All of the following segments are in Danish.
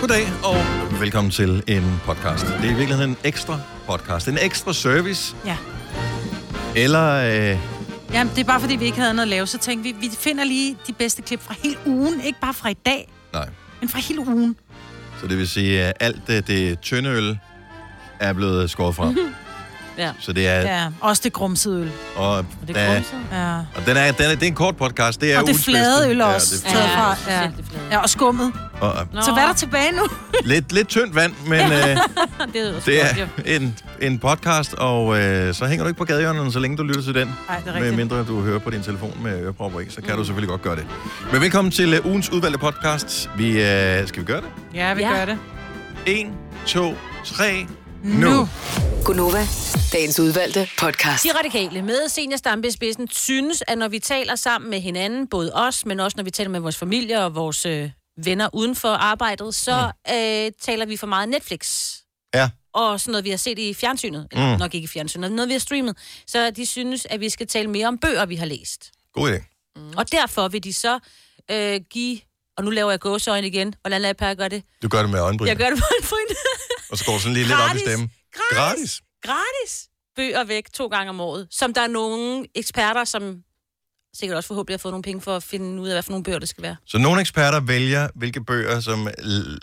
Goddag og velkommen til en podcast. Det er i virkeligheden en ekstra podcast, en ekstra service, Ja. eller øh, Jamen, det er bare fordi, vi ikke havde noget at lave, så tænkte vi, vi finder lige de bedste klip fra hele ugen. Ikke bare fra i dag, nej. men fra hele ugen. Så det vil sige, at alt det, det tynde øl er blevet skåret fra. Ja. Så det er... ja. Også det grumsede øl. Og, Og det der- grumsede? Ja. og den er, den er, det er en kort podcast. Det er og det ugens flade bedste. øl er også Ja, det er taget flade. fra. Ja. ja, og skummet. Og, og, Så hvad er der tilbage nu? lidt, lidt tyndt vand, men øh, det er også det godt, er jo. en, en podcast, og øh, så hænger du ikke på gadehjørnerne, så længe du lytter til den. Nej, det er Med rigtigt. mindre du hører på din telefon med ørepropper i, så kan du Mm. selvfølgelig godt gøre det. Men velkommen til øh, ugens udvalgte podcast. Vi, øh, skal vi gøre det? Ja, vi Ja. gør det. 1, 2, 3, nu. Nu. nu. Gunova, dagens udvalgte podcast. De radikale med senior stampe i spidsen synes, at når vi taler sammen med hinanden, både os, men også når vi taler med vores familie og vores øh, venner uden for arbejdet, så Mm. øh, taler vi for meget Netflix. Ja. Og sådan noget, vi har set i fjernsynet. Eller Mm. nok ikke i fjernsynet, men noget, vi har streamet. Så de synes, at vi skal tale mere om bøger, vi har læst. God idé. Mm. Og derfor vil de så øh, give... Og nu laver jeg gåseøjne igen. Hvordan lader jeg Per gøre det? Du gør det med øjenbryn, Jeg gør det på en point. og så går du sådan lige lidt op i stemmen. Gratis. Gratis. Gratis. gratis bøger væk to gange om året, som der er nogle eksperter, som sikkert også forhåbentlig har fået nogle penge for at finde ud af, hvad for nogle bøger det skal være. Så nogle eksperter vælger, hvilke bøger, som l-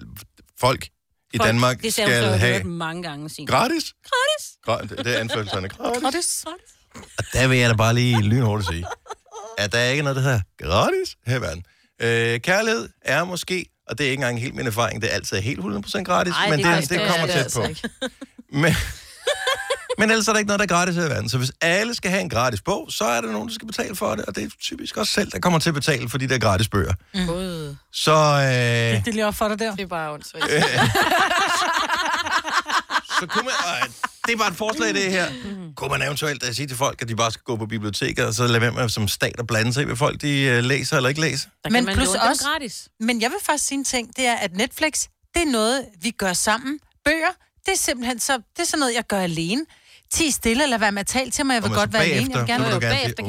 folk i Folk- Danmark det sagde hun så, skal jeg har have. hørt mange gange sin. Gratis? Gratis. Gratis. Det er anførselserne. Gratis. Gratis. Der vil jeg da bare lige lynhurtigt sige, at der er ikke noget, der hedder gratis her i verden. Øh, kærlighed er måske, og det er ikke engang helt min erfaring, det er altid helt 100% gratis, Ej, men det, det, det er faktisk- det kommer det altså tæt er på. Men, men ellers er der ikke noget, der er gratis her i verden. Så hvis alle skal have en gratis bog, så er der nogen, der skal betale for det, og det er typisk også selv, der kommer til at betale for de der gratis bøger. Mm. God. Så, øh, Det er lige op for dig der. Det er bare ondt. så kunne man... Øh, det er bare et forslag, det her. Kunne man eventuelt øh, sige til folk, at de bare skal gå på biblioteket, og så lade være med som stat at blande sig i, hvad folk de øh, læser eller ikke læser? Der Men kan man plus låne dem også- gratis. Men jeg vil faktisk sige en ting, det er, at Netflix, det er noget, vi gør sammen. Bøger, det er simpelthen så, det er sådan noget, jeg gør alene. Ti stille, eller være med at tale til mig, jeg vil Og man godt så være alene. Jeg vil bagefter, gerne så være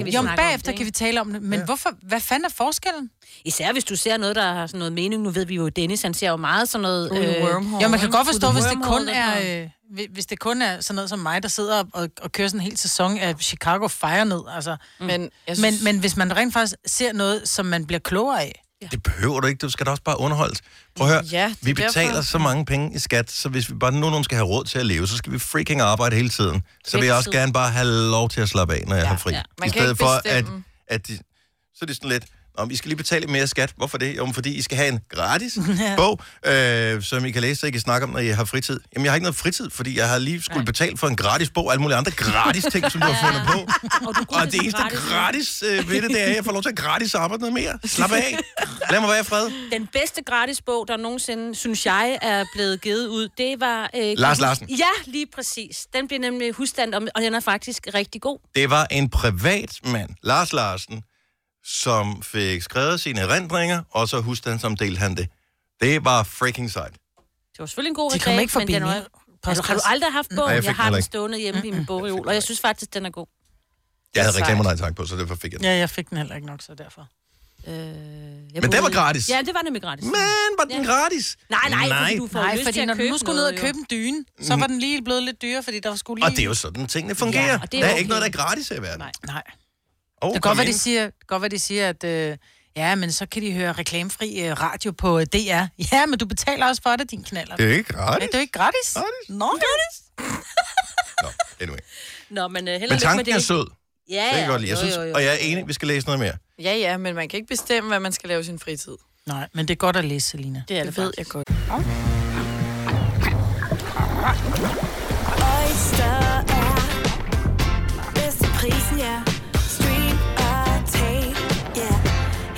vil du gerne sige, "Uh, Jo, Jo, bagefter kan vi snakker men om bagefter det, ikke? kan vi tale om det, men Ja. ja. hvorfor, hvad fanden er forskellen? Især hvis du ser noget, der har sådan noget mening. Nu ved vi jo, at Dennis, han ser jo meget sådan noget... øh, Oh, jo, man kan godt forstå, Ude i hvis det kun wormhole, den er, øh, hvi- hvis det kun er sådan noget som mig, der sidder og- og, og kører sådan en hel sæson af Chicago Fire ned. Altså. Men, jeg Men, synes, men, men hvis man rent faktisk ser noget, som man bliver klogere af, Det behøver du ikke, du skal da også bare underholdes. Prøv at høre, Ja, det er vi betaler derfor. så mange penge i skat, så hvis vi bare nu nogen skal have råd til at leve, så skal vi freaking arbejde hele tiden. Så vil jeg også Altid. gerne bare have lov til at slappe af, når jeg har fri. ja. I Man kan stedet ikke for, at, bestemme. at de, så er det sådan lidt, om I skal lige betale lidt mere skat. Hvorfor det? Jo, men fordi I skal have en gratis bog, øh, som I kan læse, så I kan snakke om, når I har fritid. Jamen, jeg har ikke noget fritid, fordi jeg har lige skulle betale for en gratis bog, og alle mulige andre gratis ting, som du har fundet på. Og, du er god Og til det eneste gratis øh, ved det, det er, at jeg får lov til at gratis arbejde noget mere. Slap af. Lad mig være i fred. Den bedste gratis bog, der nogensinde, synes jeg, er blevet givet ud, det var... Øh, Lars Larsen. Ja, lige præcis. Den blev nemlig husstand, om, og den er faktisk rigtig god. Det var en privatmand, Lars Larsen, som fik skrevet sine erindringer, og så husstandsomdelte han det. Det var freaking sejt. Det var selvfølgelig en god de reklame, kommer ikke forbi men min den er, altså, har du podcast. aldrig haft bogen? Mm. jeg jeg, fik den har heller den ikke. stående hjemme i min bogreol, og jeg synes faktisk, den er god. Jeg havde Sejt. reklamer, nej tak på, så derfor fik jeg den. Ja, jeg fik den heller ikke nok, så derfor. Øh, jeg den boede var i- gratis. Ja, det var nemlig gratis. Men var den gratis? Nej, nej, fordi du får Nej, lyst fordi til når at du købe nu skulle ned noget, og jo. købe en dyne, så var den lige blevet lidt dyrere, fordi der skulle lige... Og det er jo sådan, tingene fungerer. Ja, og det er der er okay. ikke noget, der er gratis her i verden. Nej. Nej. Oh, Det kan godt være, de siger, det kan godt være, de siger at øh, ja, men så kan de høre reklamefri øh, radio på øh, DR. Ja, men du betaler også for det, din knaller. Det er ikke gratis. Men det er jo ikke gratis. Gratis. Nå, gratis. Nå, anyway. Nå, men uh, heller Men ikke med tanken det. er sød. Det ja, kan jeg godt lide. Jeg jo, synes, jo, jo. og jeg er enig, vi skal læse noget mere. ja, ja, men man kan ikke bestemme, hvad man skal lave i sin fritid. Nej, men det er godt at læse, Selina. Det er det Det ved jeg godt. Oyster er bedst til prisen, ja. Stream og tag, ja.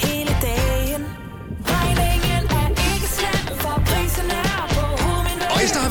Hele dagen. Regningen er ikke slem, for prisen er på hovedet. Øjster har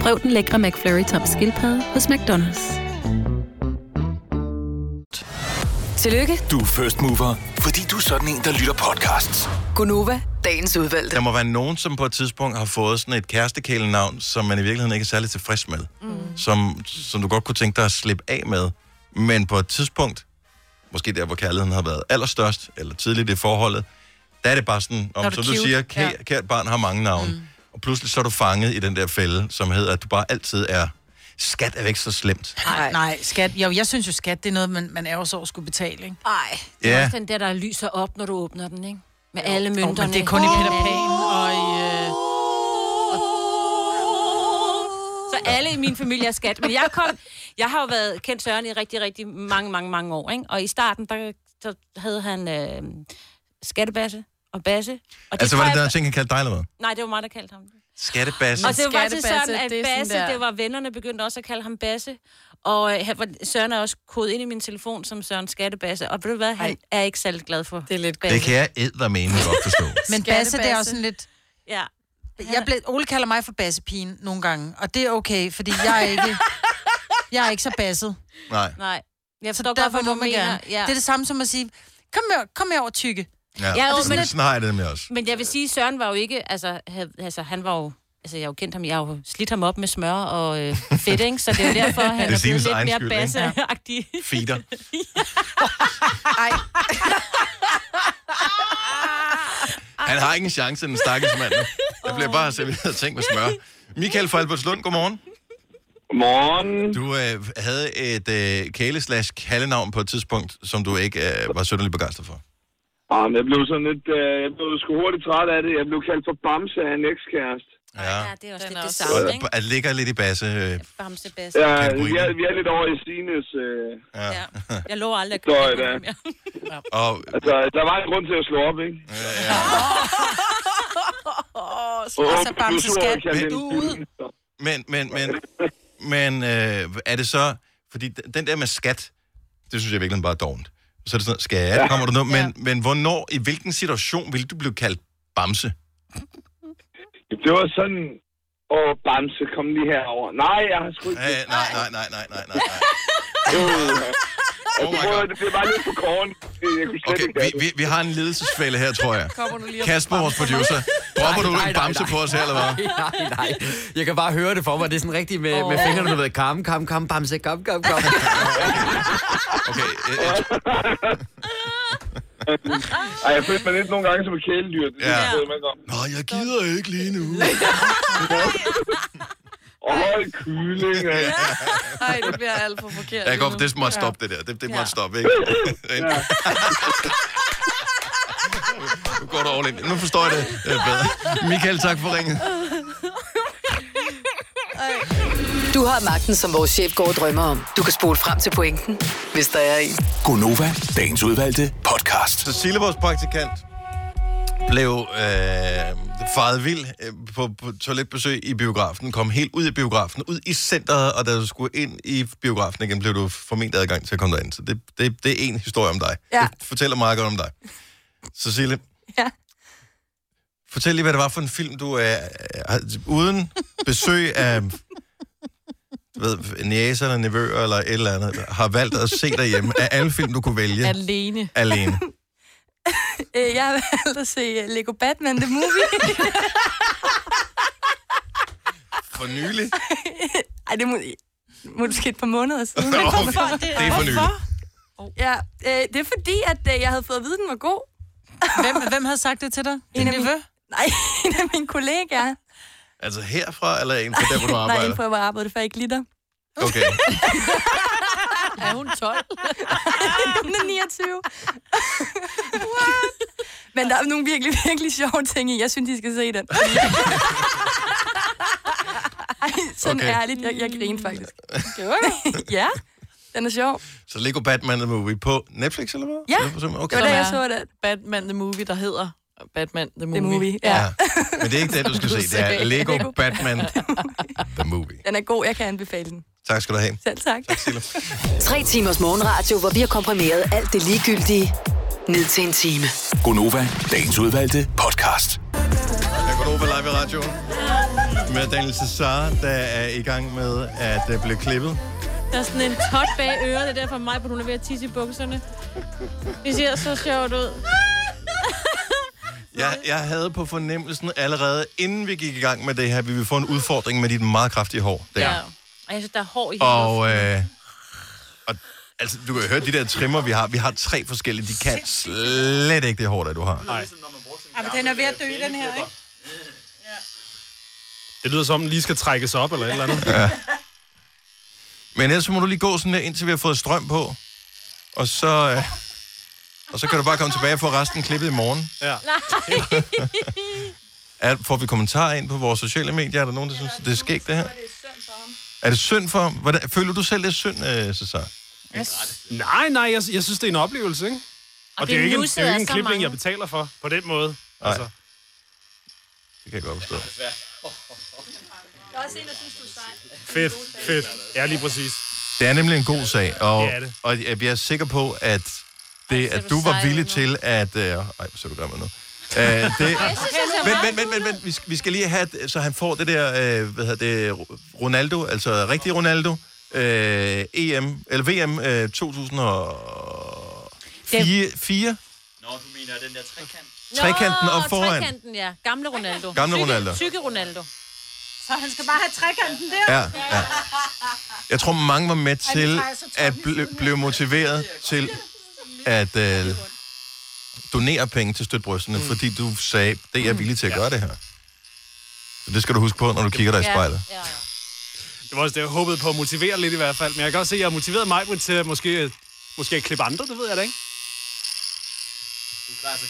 Prøv den lækre McFlurry tom skildpadde hos McDonald's. Tillykke, Du er first mover, fordi du er sådan en, der lytter podcasts. Gunova, dagens udvalgte. Der må være nogen, som på et tidspunkt har fået sådan et kærestekælenavn, som man i virkeligheden ikke er særlig tilfreds med. Mm. Som, som du godt kunne tænke dig at slippe af med. Men på et tidspunkt, måske der, hvor kærligheden har været allerstørst, eller tidligt i forholdet, der er det bare sådan, Der er om, du som du cute, siger, ja. kæ- kært barn har mange navne. Mm. Og pludselig så er du fanget i den der fælde, som hedder, at du bare altid er... Skat er væk så slemt. Nej, nej, skat. Jo, jeg synes jo, skat, det er noget, man, man er også over at skulle betale, ikke? Nej. Det er Ja. også den der, der lyser op, når du åbner den, ikke? Med alle men mønterne. det er kun i Peter Pan og i... Øh... Så alle i min familie er skat. Men jeg kom... Jeg har jo været kendt Søren i rigtig, rigtig mange, mange, mange år, ikke? Og i starten, der, der havde han øh, skattebasse og basse. Og Altså, var tror det jeg- der ting, han kaldte dig eller hvad? Nej, det var mig, der kaldte ham det. Skattebassen. Og det var faktisk Skattebasse, sådan, at det er sådan Basse, der- det var vennerne, begyndte også at kalde ham Basse. Og øh, han var- Søren er også kodet ind i min telefon som Søren Skattebasse. Og ved du hvad, han er ikke særlig glad for Det er lidt Det kan jeg eddermene godt forstå. Men Basse, det er også sådan lidt... Ja. Jeg ble... Ole kalder mig for bassepigen nogle gange, og det er okay, fordi jeg er ikke, jeg er ikke så basset. Nej. Nej. Jeg så forstår godt, derfor hvad må du man mener. gerne. Ja. Det er det samme som at sige, kom her, kom her over tykke. Ja, Ja, ja jo, sådan, men- sådan har jeg det med også. Men jeg vil sige, Søren var jo ikke... Altså, hav, altså han var jo... Altså, jeg har jo kendt ham. Jeg har jo slidt ham op med smør og øh, fedt, ikke? Så det er jo derfor, Det er han er, Signes blevet lidt egen mere skyld, ikke? basseagtig. Feeder. Ej. Han har ikke en chance, den stakkels mand. Der bliver bare serveret ting med smør. Michael fra Albertslund, godmorgen. Godmorgen. Du øh, havde et øh, kæle slash kaldenavn på et tidspunkt, som du ikke øh, var sønderlig begejstret for. Ah, men jeg blev sådan lidt, øh, jeg blev sgu hurtigt træt af det. Jeg blev kaldt for Bamse af en ekskæreste. Ja, det er også lidt det Og, og, og ligger lidt i basse. Øh, Bamse Ja, Kategorien. vi er, vi er lidt over i Sines. Øh, ja. Jeg lover aldrig at Støj, da. Og, altså, der var en grund til at slå op, ikke? Men, men, men, men øh, er det så... Fordi d- den der med skat, det synes jeg virkelig bare er dovent. Så er det sådan, skat, Ja. kommer du nu? Men, men hvornår, i hvilken situation ville du blive kaldt bamse? Det var sådan, åh, Bamse, kom lige herover. Nej, jeg har sgu ikke... Nej, nej, nej, nej, nej, nej, nej. Oh my God. Det blev bare lidt for korn. Jeg kunne slet Okay, ikke vi, vi, vi har en ledelsesfælde her, tror jeg. Kommer du lige og- Kasper, vores producer, dropper du en bamse på os her, eller hvad? Nej, nej, nej. Jeg kan bare høre det for mig. Det er sådan rigtigt med, oh. med Åh. fingrene, du ved. Kom, kom, kom, bamse, kom, kom, kom. Okay, øh, Ej, jeg følte mig lidt nogle gange som et kæledyr. Det Ja. er man godt. Nej, jeg gider ikke lige nu. Og hold kylling, altså. ja. Ej, det bliver alt for forkert. Jeg går, lige nu. det må stoppe det der. Det, det må stoppe, ikke? Nu går du all in. Nu forstår jeg det øh, bedre. Michael, tak for ringet. Du har magten, som vores chef går og drømmer om. Du kan spole frem til pointen, hvis der er en. Gonova, dagens udvalgte podcast. Cecilie, vores praktikant, blev øh, faret vild øh, på, på toiletbesøg i biografen, kom helt ud i biografen, ud i centret, og da du skulle ind i biografen igen, blev du forment adgang til at komme derind. Så det, det, det er en historie om dig. Ja. Det fortæller meget godt om dig. Cecilie, Ja. fortæl lige, hvad det var for en film, du er øh, uden besøg af du ved, næser eller nevøer eller et eller andet, har valgt at se derhjemme af alle film, du kunne vælge. Alene. Alene. Øh, Jeg har valgt at se øh, Lego Batman The Movie. For nylig? Ej, det er må, måske et par måneder siden. Nå, okay. Det er for nylig. Ja, øh, det er fordi, at øh, jeg havde fået at vide, at den var god. Hvem, hvem havde sagt det til dig? En af mine, nej, en af mine kollegaer. Altså herfra, eller en fra der, hvor du Nej, en arbejder? på at arbejde, for jeg ikke lider. Okay. Er hun 12? hun er 29. Men der er nogle virkelig, virkelig sjove ting i. Jeg synes, I skal se den. Ej, sådan Okay. okay. ærligt. Jeg, jeg griner faktisk. ja, den er sjov. Så Lego Batman The Movie på Netflix, eller hvad? Ja, Eller på simpelthen- okay. det var da jeg så det. Batman The Movie, der hedder Batman The Movie. Movie, ja. Ja. Men det er ikke det, du skal se. Det er Lego Batman. Den er god, jeg kan anbefale den. Tak skal du have. Selv tak. Tre timers morgenradio, hvor vi har komprimeret alt det ligegyldige ned til en time. Gonova, dagens udvalgte podcast. Jeg går over live i radioen med Daniel Cesar, der er i gang med at øh, blive klippet. Der er sådan en tot bag øret, det er derfor mig, hun er ved at tisse i bukserne. Det ser så sjovt ud. Jeg, jeg havde på fornemmelsen allerede, inden vi gik i gang med det her, vi ville få en udfordring med dit meget kraftige hår. Der. Ja. Og jeg synes, der er hår i hele luften. Og, øh, og altså, du kan jo høre de der trimmer, vi har. Vi har tre forskellige. De kan slet ikke det hår, der du har. Nej. Ja, men den er ved at dø, den her, ikke? Det lyder som, den lige skal trækkes op eller et eller andet. Ja. Men ellers så må du lige gå sådan der, indtil vi har fået strøm på. Og så, øh, og så kan du bare komme tilbage og få resten klippet i morgen. Ja. Er, får vi kommentarer ind på vores sociale medier? Er der nogen, der synes, det er skægt, det her? Er det synd for ham? Hvordan, føler du selv, det er synd, øh, Cesar? Nej, nej, jeg, jeg synes, det er en oplevelse, ikke? Og, Og og det er jo det ikke en, det nussede er jo ikke er en så klipning, mange. jeg betaler for, på den måde. Nej. Altså. Det kan jeg godt forstå. Der er også en, der synes, du er sej. Fedt, fedt. Ja, lige præcis. Det er nemlig en god sag, og, Det er det. og jeg jeg er sikker på, at det, at du var villig til at... Øh, ej, hvor ser du gammel nu. Æh, Øh, det, vent, vent, vent, vent, vent. Vi, skal, vi skal lige have, at- så han får det der, øh, hvad hedder det, Ro- Ronaldo, altså rigtig Ronaldo, øh, EM, eller VM øh, 2004, 4, Nå, du mener den der trekant? trekanten op foran. trekanten, ja. Gamle Ronaldo. Gamle Tykke- Ronaldo. Tykke Ronaldo. Så han skal bare have trekanten der. Ja, ja. Jeg tror, mange var med til at bl- blive motiveret til at øh, donere penge til støtbrystene, mm. fordi du sagde, det er jeg villig til at gøre det her. Så det skal du huske på, når du kigger dig i Mm. Ja. spejlet. Det var også det, jeg håbede på at motivere lidt i hvert fald. Men jeg kan også se, at jeg har motiveret mig til at måske, måske at klippe andre, det ved jeg da ikke.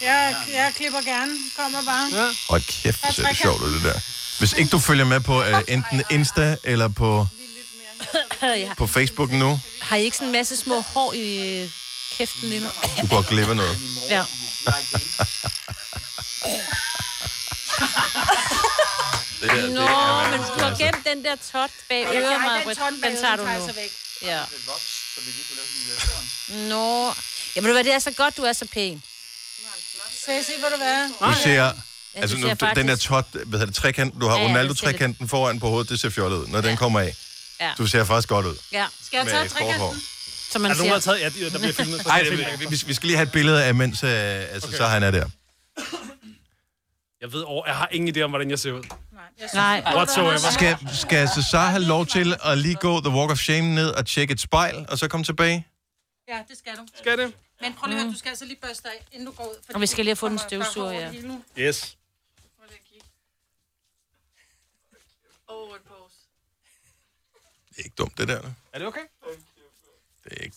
Jeg, jeg klipper gerne. Kommer bare. Ja. Hold kæft, hvor ser det sjovt ud, det der. Hvis ikke du følger med på øh, enten Insta eller på, ja. på Facebook nu, Har I ikke sådan en masse små hår i øh, kæften lige nu? du går glip af noget. Ja. Det der, det Nå, er men du har vanskeligt, altså. gemt den der tot bag Ja, øret, den Marvitt. tot bag Den tager øret, den tager du nu. jeg så væk. Ja. Nå. Jamen, ved du hvad, det er så godt, du er så pæn. Så jeg se, hvor du er. Du ser... Ah, Ja, Altså, du nu, ser den faktisk- der tot, hvad hedder det, trekant, du har Ja, ja, det ser lidt- Ronaldo-trekanten foran på hovedet, det ser fjollet ud, når den kommer af. Ja. Du ser faktisk godt ud. ja. Skal jeg tage Med forhår. trekanten? Som man er der nogen, der har siger. taget? Ja, de- der bliver filmet. Ej, det- vi, vi- vi skal lige have et billede af, mens øh, altså, okay. så han er der. Jeg ved over, jeg har ingen idé om, hvordan jeg ser ud. Nej. Whatsoever. Skal, skal Cesar have lov til at lige gå The Walk of Shame ned og tjekke et spejl, og så komme tilbage? Ja, det skal du. Skal det? Men prøv lige at høre, du skal altså lige børste dig, af, inden du går ud. fordi Og vi skal lige have fundet en der kommer- der støvsuger, kommer ja. hår i nu. Yes. Åh, en pose. Det er ikke dumt, det der. Er det okay? Det er ikke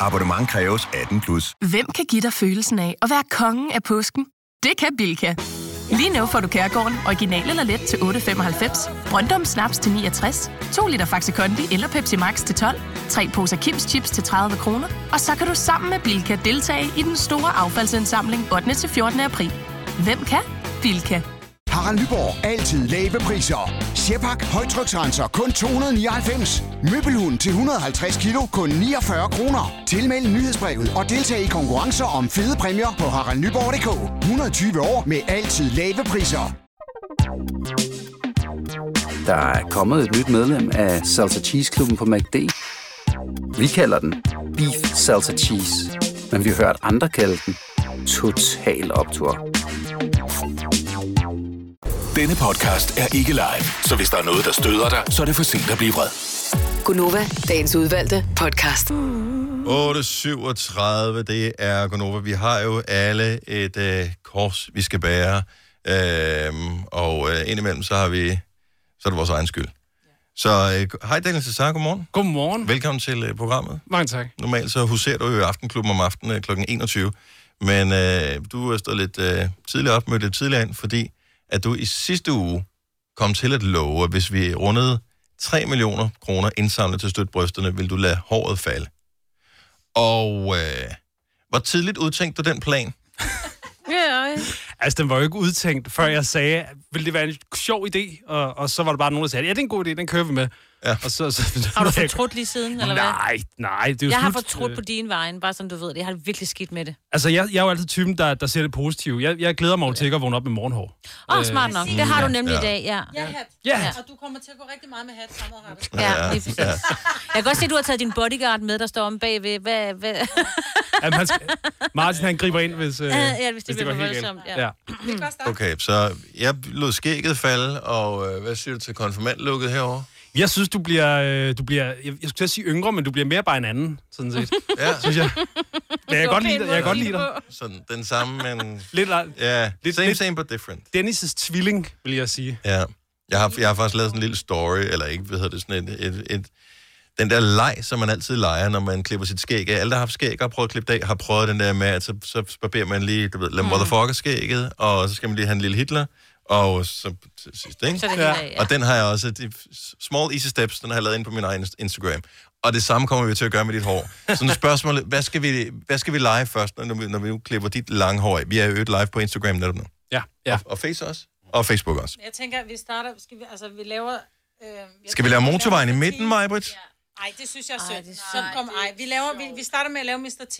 Abonnement kræves 18 plus. Hvem kan give dig følelsen af at være kongen af påsken? Det kan Bilka! Lige nu får du Kærgården original eller let til 8.95, Brøndum Snaps til 69, 2 liter Faxi Kondi eller Pepsi Max til 12, 3 poser Kims Chips til 30 kroner, og så kan du sammen med Bilka deltage i den store affaldsindsamling 8. til 14. april. Hvem kan? Bilka. Harald Nyborg. Altid lave priser. Sjehpak. Højtryksrenser. Kun 299. Møbelhund til 150 kilo. Kun 49 kroner. Tilmeld nyhedsbrevet og deltag i konkurrencer om fede præmier på haraldnyborg.dk. 120 år med altid lave priser. Der er kommet et nyt medlem af Salsa Cheese Klubben på MACD. Vi kalder den Beef Salsa Cheese, men vi har hørt andre kalde den Total Optor. Denne podcast er ikke live, så hvis der er noget, der støder dig, så er det for sent at blive vred. Gunova, dagens udvalgte podcast. 8.37, det er Gonova. Vi har jo alle et øh, kors, vi skal bære. Øhm, og øh, indimellem, så har vi... Så er det vores egen skyld. Så øh, hej Daniel Cesar, godmorgen. Godmorgen. Velkommen til øh, programmet. Mange tak. Normalt så huserer du jo i Aftenklubben om aftenen øh, kl. 21. Men øh, du er stået lidt øh, tidligere op, mødt lidt tidligere ind, fordi at du i sidste uge kom til at love, at hvis vi rundede 3 millioner kroner indsamlet til støtbrysterne, ville du lade håret falde. Og øh, hvor tidligt udtænkte du den plan? Ja, Altså, den var jo ikke udtænkt, før jeg sagde, vil det være en sjov idé? Og, og så var der bare nogen, der sagde, ja, det er en god idé, den kører vi med. Ja. Og så, så, Har du fortrudt lige siden, eller hvad? Nej, nej, det er jo Jeg har slut. fortrudt på din vejen, bare som du ved det. Jeg har det virkelig skidt med det. Altså, jeg, jeg er jo altid typen, der, der ser det positive. Jeg, jeg glæder mig jo til ikke at vågne op med morgenhår. Åh, oh, smart nok. Det har du nemlig i dag, ja. Ja, hat. Ja. Og du kommer til at gå rigtig meget med hat fremadrettet. Ja, lige præcis. Ja. Jeg kan godt se, at du har taget din bodyguard med, der står om bagved. Hvad, hvad? Jamen, han skal, Martin, han griber ind, hvis, øh, Ja, hvis det bliver går for helt galt. voldsomt. Ja. Okay, så jeg lod skægget falde, og øh, hvad siger du til konfirmandlukket herover? Jeg synes, du bliver, øh, du bliver jeg, jeg skulle til at sige yngre, men du bliver mere bare en anden, sådan set. Ja. Synes jeg. Men jeg kan godt lide dig. Jeg kan godt lide dig. Sådan, den samme, men... Lidt, ja, lidt- same, lidt- same, but different. Dennis' tvilling, vil jeg sige. Ja. Jeg har, jeg har faktisk lavet sådan en lille story, eller ikke, hvad hedder det, sådan et, et, et, den der leg, som man altid leger, når man klipper sit skæg af. Alle, der har haft skæg og har prøvet at klippe det af, har prøvet den der med, at så, så barberer man lige, du Mm. ved, lad motherfucker skægget, og så skal man lige have en lille Hitler, og så til sidst, ikke? Så er det helt af, ja. Og den har jeg også, de small easy steps, den har jeg lavet ind på min egen Instagram. Og det samme kommer vi til at gøre med dit hår. Så nu er spørgsmålet, hvad skal vi, hvad skal vi lege først, når vi, når vi nu klipper dit lange hår af? Vi er jo øget live på Instagram netop nu. Ja, ja. Og, og Face også. Og Facebook også. Jeg tænker, at vi starter... Skal vi, altså, vi laver... Øh, jeg Skal vi lave motorvejen i midten, Majbrit? Nej, det synes jeg er sødt. Så kom, ej. Vi, laver, vi, vi starter med at lave Mr. T.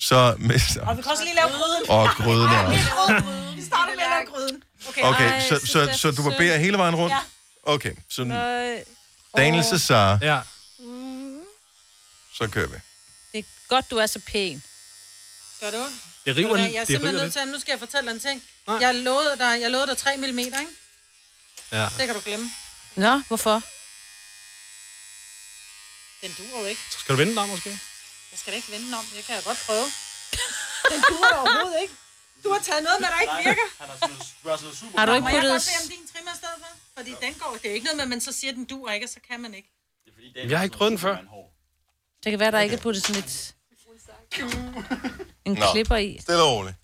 Så... Og vi kan også lige lave gryden. Og gryden Ej, er også. vi laver gryden. Vi starter med at lave gryden. Okay, så, så, så du barberer hele vejen rundt? Ja. Okay, så Øh, Nej. Daniel Åh. Cesar, Ja. så kører vi. Det er godt, du er så pæn. Gør det ondt? Det river jeg lidt. er Det simpelthen river nødt til at, nu skal jeg fortælle dig en ting. Jeg lovede dig, jeg lovede dig 3 mm, ikke? Ja. Det kan du glemme. Nå, hvorfor? Den duer jo ikke. Skal du vende dig, måske? Jeg skal da ikke vende den om. Jeg kan da godt prøve. Den duer da overhovedet ikke. Du har taget noget med, der ikke virker. Har du ikke Må jeg puttet... godt bede om din trimmer i stedet for? Fordi den går, det er jo ikke noget med, at man så siger, at den duer ikke, og så kan man ikke. Jeg har ikke prøvet den før. Det kan være, der ikke er puttet sådan lidt... En Nå. klipper i. Stille og roligt.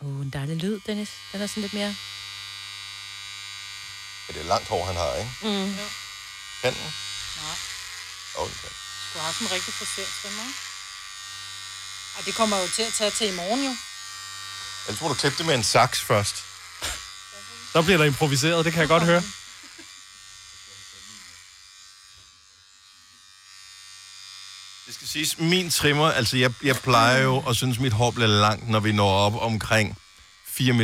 Uh, en dejlig lyd, Dennis. Den er sådan lidt mere... Ja, Det er langt hår, han har, ikke? Mm. Kan den? Okay. Du har sådan en rigtig frisør stemme, ikke? Og det kommer jo til at tage til i morgen, jo. Ellers må du klippe det med en saks først. Så bliver der improviseret, det kan jeg godt høre. Det skal siges, min trimmer, altså jeg, jeg plejer jo at synes, mit hår bliver langt, når vi når op omkring 4 mm.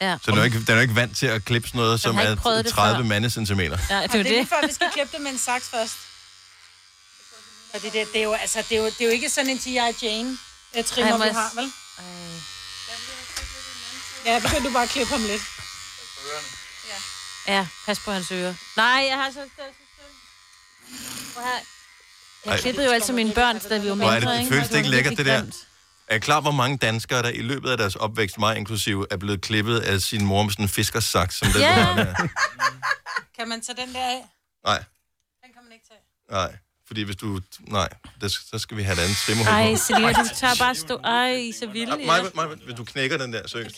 Ja. Så den er, jo ikke, den er jo ikke vant til at klippe sådan noget, som har ikke er prøvet det 30 før. mandecentimeter. Ja, Og det er lige før, vi skal klippe det med en saks først. Fordi det, det, er jo, altså, det, er jo, det er jo ikke sådan en G.I. Jane øh, trimmer, Ej, må vi jeg har, s- vel? Ja, begynd du bare at klippe ham lidt. Ja, pas på hans ører. Nej, jeg har så... Prøv her. Jeg Ej. klippede jo altid mine børn, da vi var Hvor mindre, er det, det ikke? føles det ikke var lækkert, det virkelig der? grimt. Er I klar, hvor mange danskere, der i løbet af deres opvækst, mig inklusive, er blevet klippet af sin mor med sådan en fiskersaks, som den, Ja. du har der? Kan man tage den der af? Nej, Den kan man ikke tage. nej. Fordi hvis du... Nej, det, så skal vi have et andet trimmerhul. Ej, Selina, du tager bare stå... Ej, I er så vilde. Maja, Maja, hvis du knækker den der, seriøst.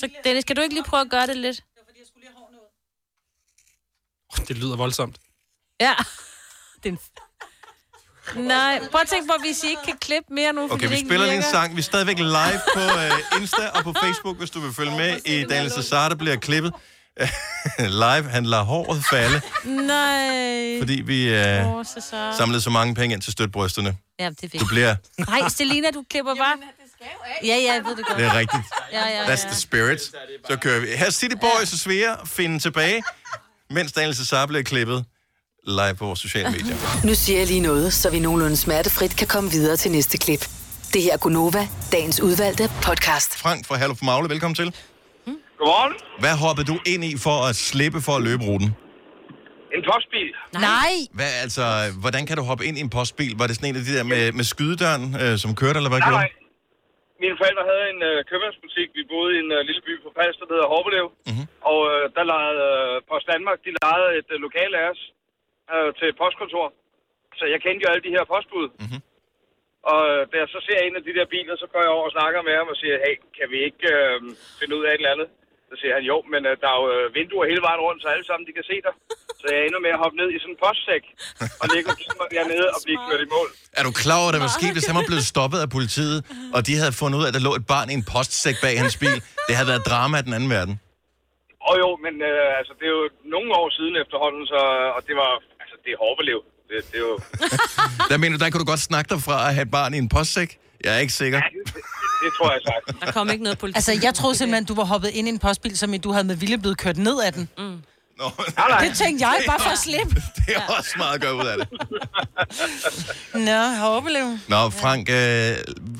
Så Dennis, kan du ikke lige prøve at gøre det lidt? Det lyder voldsomt. Ja. Den... Nej, prøv at tænke på, hvis I ikke kan klippe mere nu, fordi Okay, det vi ikke spiller lige en virker. sang. Vi er stadigvæk live på øh, Insta og på Facebook, hvis du vil følge med i Daniel Cesar, der bliver klippet. live, han lader håret falde, Nej. fordi vi øh, Åh, så så. samlede så mange penge ind til støtbrysterne. Ja, det er vigtigt. Du bliver... Nej, Selina, du klipper bare. Ja, ja, jeg ved det godt. Det er rigtigt. Ja, ja, ja. That's the spirit. Så kører vi. Her er City Boys og Svea finde tilbage, mens Daniel Cesar bliver klippet live på vores sociale medier. Nu siger jeg lige noget, så vi nogenlunde smertefrit kan komme videre til næste klip. Det her er Gunova, dagens udvalgte podcast. Frank fra Herluf Magle, velkommen til. Godmorgen. Hvad hoppede du ind i for at slippe for at løbe ruten? En postbil. Nej. Hvad, altså, hvordan kan du hoppe ind i en postbil? Var det sådan en af de der med, med skydedøren, øh, som kørte, eller hvad gjorde Nej. Mine forældre havde en øh, købmandsbutik. Vi boede i en øh, lille by på Falster, der hedder Hårbelev. Mm-hmm. Og øh, der lejede øh, Post Danmark, de lejede et øh, lokal af os øh, til et postkontor. Så jeg kendte jo alle de her postbud. Mm-hmm. Og øh, da jeg så ser en af de der biler, så går jeg over og snakker med ham og siger, hey, kan vi ikke øh, finde ud af et eller andet? Så siger han, jo, men øh, der er jo øh, vinduer hele vejen rundt, så alle sammen de kan se dig. Så jeg ender med at hoppe ned i sådan en postsæk og ligge og kigge mig dernede og blive kørt i mål. Er du klar over, at der var sket, hvis han var blevet stoppet af politiet, og de havde fundet ud af, at der lå et barn i en postsæk bag hans bil? Det havde været drama af den anden verden. Og jo, men øh, altså, det er jo nogle år siden efterhånden, så, og det var, altså, det er hårdbelev. Det, det er jo, Der mener du, der kunne du godt snakke dig fra at have et barn i en postsæk? Jeg er ikke sikker. det tror jeg sagt. Der kom ikke noget politi. Altså, jeg troede simpelthen, du var hoppet ind i en postbil, som i du havde med vilje blevet kørt ned af den. Mm. Nå, Det tænkte jeg, bare for at slippe. Det er også meget at gøre ud af det. Nå, jeg har overlevet. Nå, Frank, øh,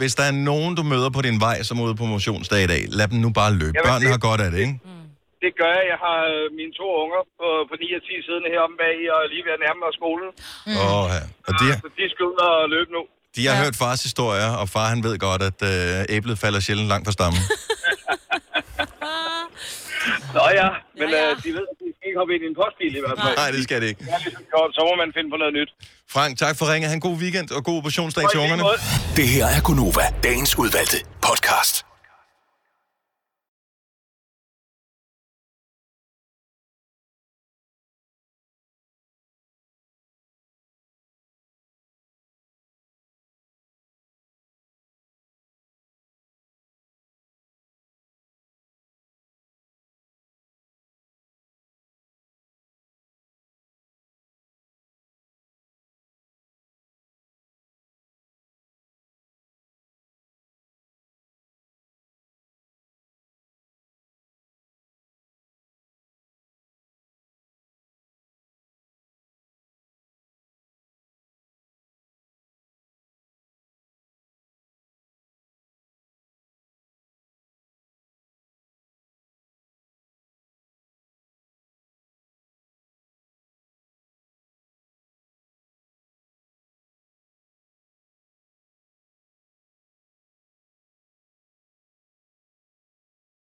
hvis der er nogen, du møder på din vej, som er ude på motionsdag i dag, lad dem nu bare løbe. Jamen, Børnene det- har godt af det, ikke? Det gør jeg. Jeg har øh, mine to unger på, på 9 og 10 siden heromme bag, og lige ved at nærme mig skolen. Mm. Og, ja. og de, Så de skal ud og løbe nu. de har hørt fars historier, og far han ved godt, at øh, æblet falder sjældent langt fra stammen. Nå ja, men øh, de ved, at de skal ikke hoppe ind i en postbil i hvert fald. Nej, det skal det ikke. Det er ligesom godt, så må man finde på noget nyt. Frank, tak for ringet. Han god weekend og god motionsdag til ungerne. Det her er Gunova, dagens udvalgte podcast.